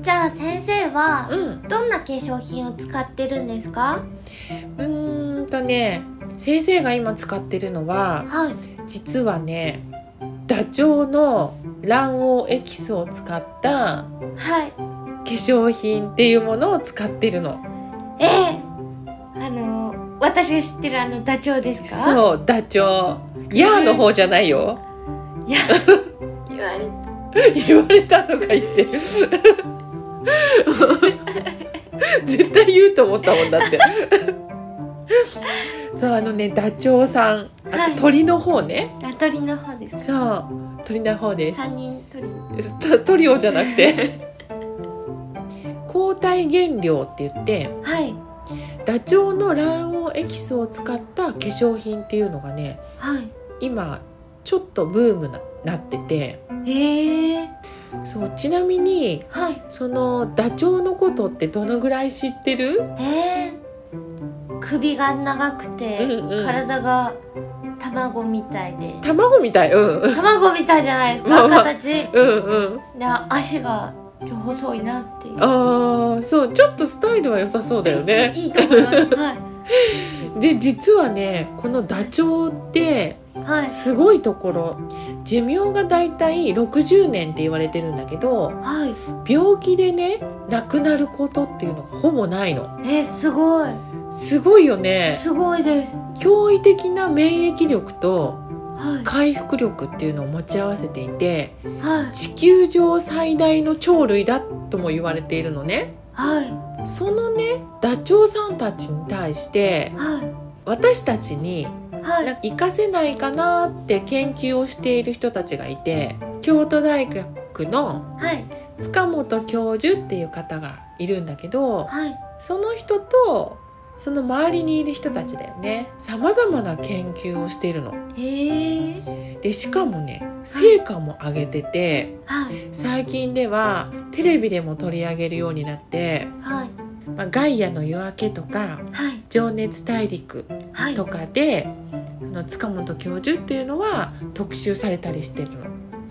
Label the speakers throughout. Speaker 1: じゃあ先生は
Speaker 2: うん
Speaker 1: どんな化粧品を使ってるんですか
Speaker 2: うーんとね先生が今使ってるのは
Speaker 1: はい
Speaker 2: 実はねダチョウの卵黄エキスを使った
Speaker 1: はい
Speaker 2: 化粧品っていうものを使ってるの
Speaker 1: ええあの私が知ってるあのダチョウですかう
Speaker 2: そうダチョウヤーの方じゃないよ
Speaker 1: いや言われ
Speaker 2: 言われたとか言って 絶対言うと思ったもんだってそうあのねダチョウさんあと
Speaker 1: はい
Speaker 2: 鳥の方ね
Speaker 1: あ鳥の方ですか
Speaker 2: そう鳥の方です
Speaker 1: 三人鳥は
Speaker 2: トトリオじゃなくて 抗体原料って言って
Speaker 1: い
Speaker 2: ダチョウの卵黄エキスを使った化粧品っていうのがね
Speaker 1: はい
Speaker 2: 今ちょっとブームななってて
Speaker 1: ええ
Speaker 2: そうちなみに
Speaker 1: はい
Speaker 2: そのダチョウのことってどのぐらい知ってる
Speaker 1: ええ首が長くて、
Speaker 2: うんうん
Speaker 1: 体が卵みたいで
Speaker 2: 卵みたいうんうん
Speaker 1: 卵みたいじゃないですか、
Speaker 2: まあまあ
Speaker 1: 形で
Speaker 2: うんうん
Speaker 1: 足がちょっと細いなっていう
Speaker 2: ああそうちょっとスタイルは良さそうだよね
Speaker 1: いいいいと思いますは
Speaker 2: で実はねこのダチョウって
Speaker 1: いはい
Speaker 2: すごいところ寿命がだいたい60年って言われてるんだけど
Speaker 1: はい
Speaker 2: 病気でね亡くなることっていうのがほぼないの
Speaker 1: えすごい
Speaker 2: すごいよね
Speaker 1: すごいです
Speaker 2: 驚異的な免疫力と
Speaker 1: は
Speaker 2: 回復力っていうのを持ち合わせていて
Speaker 1: いはい
Speaker 2: 地球上最大の鳥類だとも言われているのね
Speaker 1: はい
Speaker 2: そのねダチョウさんたちに対して
Speaker 1: は
Speaker 2: 私たちに
Speaker 1: いはい
Speaker 2: なんか活かせないかなって研究をしている人たちがいて京都大学の
Speaker 1: はい
Speaker 2: 塚本教授っていう方がいるんだけど
Speaker 1: はい
Speaker 2: その人とその周りにいる人たちだよねさまざまな研究をしているの。
Speaker 1: へえ
Speaker 2: でしかもね成果も上げてて
Speaker 1: はい
Speaker 2: 最近ではテレビでも取り上げるようになって
Speaker 1: はい
Speaker 2: 「まあ、ガイアの夜明け」とか
Speaker 1: はい
Speaker 2: 「情熱大陸
Speaker 1: は」い
Speaker 2: とかで、あの塚本教授っていうのは特集されたりしてるの。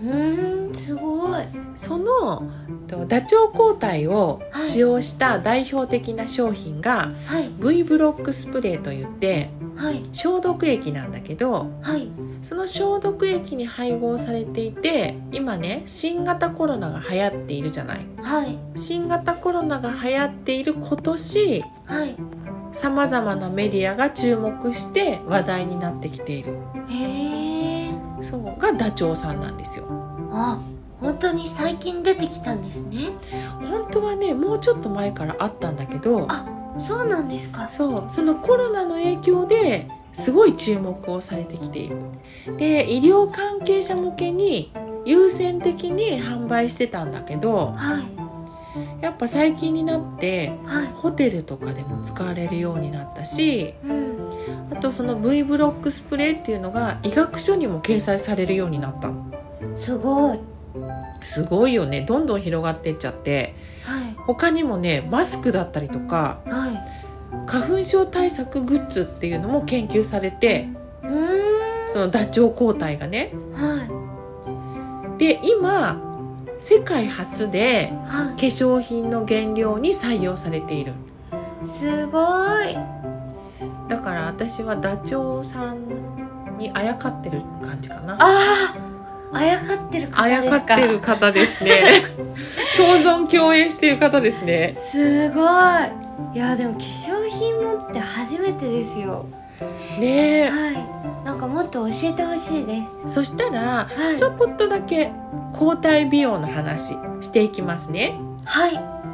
Speaker 1: うーんすごい
Speaker 2: そのとダチョウ抗体を
Speaker 1: はい
Speaker 2: 使用した代表的な商品が
Speaker 1: はい
Speaker 2: V ブロックスプレーといって
Speaker 1: はい
Speaker 2: 消毒液なんだけど
Speaker 1: はい
Speaker 2: その消毒液に配合されていて今ね新型コロナが流行っているじゃない
Speaker 1: はい
Speaker 2: 新型コロナが流行っている今年
Speaker 1: はい
Speaker 2: さまざまなメディアが注目して話題になってきている
Speaker 1: へえ
Speaker 2: そうがダチョウさんなんですよ
Speaker 1: あ本当に最近出てきたんですね
Speaker 2: 本当はねもうちょっと前からあったんだけど
Speaker 1: あそうなんですか
Speaker 2: そうそのコロナの影響ですごい注目をされてきているで医療関係者向けに優先的に販売してたんだけど
Speaker 1: はい
Speaker 2: やっぱ最近になって
Speaker 1: はい
Speaker 2: ホテルとかでも使われるようになったし
Speaker 1: うん
Speaker 2: あとその V ブロックスプレーっていうのが医学書にも掲載されるようになったの
Speaker 1: すごい
Speaker 2: すごいよねどんどん広がってっちゃって
Speaker 1: はい
Speaker 2: 他にもねマスクだったりとか
Speaker 1: はい
Speaker 2: 花粉症対策グッズっていうのも研究されて
Speaker 1: うー
Speaker 2: そのダチョウ抗体がね
Speaker 1: んはい
Speaker 2: で今世界初で
Speaker 1: は
Speaker 2: 化粧品の原料に採用されている
Speaker 1: いすごい
Speaker 2: だから私はダチョウさんにあやかってる感じかな
Speaker 1: あああやかってる
Speaker 2: あ
Speaker 1: 方で
Speaker 2: や
Speaker 1: す
Speaker 2: か
Speaker 1: か
Speaker 2: ってる方ですね 共存共栄している方ですね
Speaker 1: すごいいやでも化粧品持って初めてですよ
Speaker 2: ねえ
Speaker 1: はいなんかもっと教えてほしいで
Speaker 2: そしたら
Speaker 1: すはい
Speaker 2: ちょこっとだけ抗体美容の話していきますね
Speaker 1: はい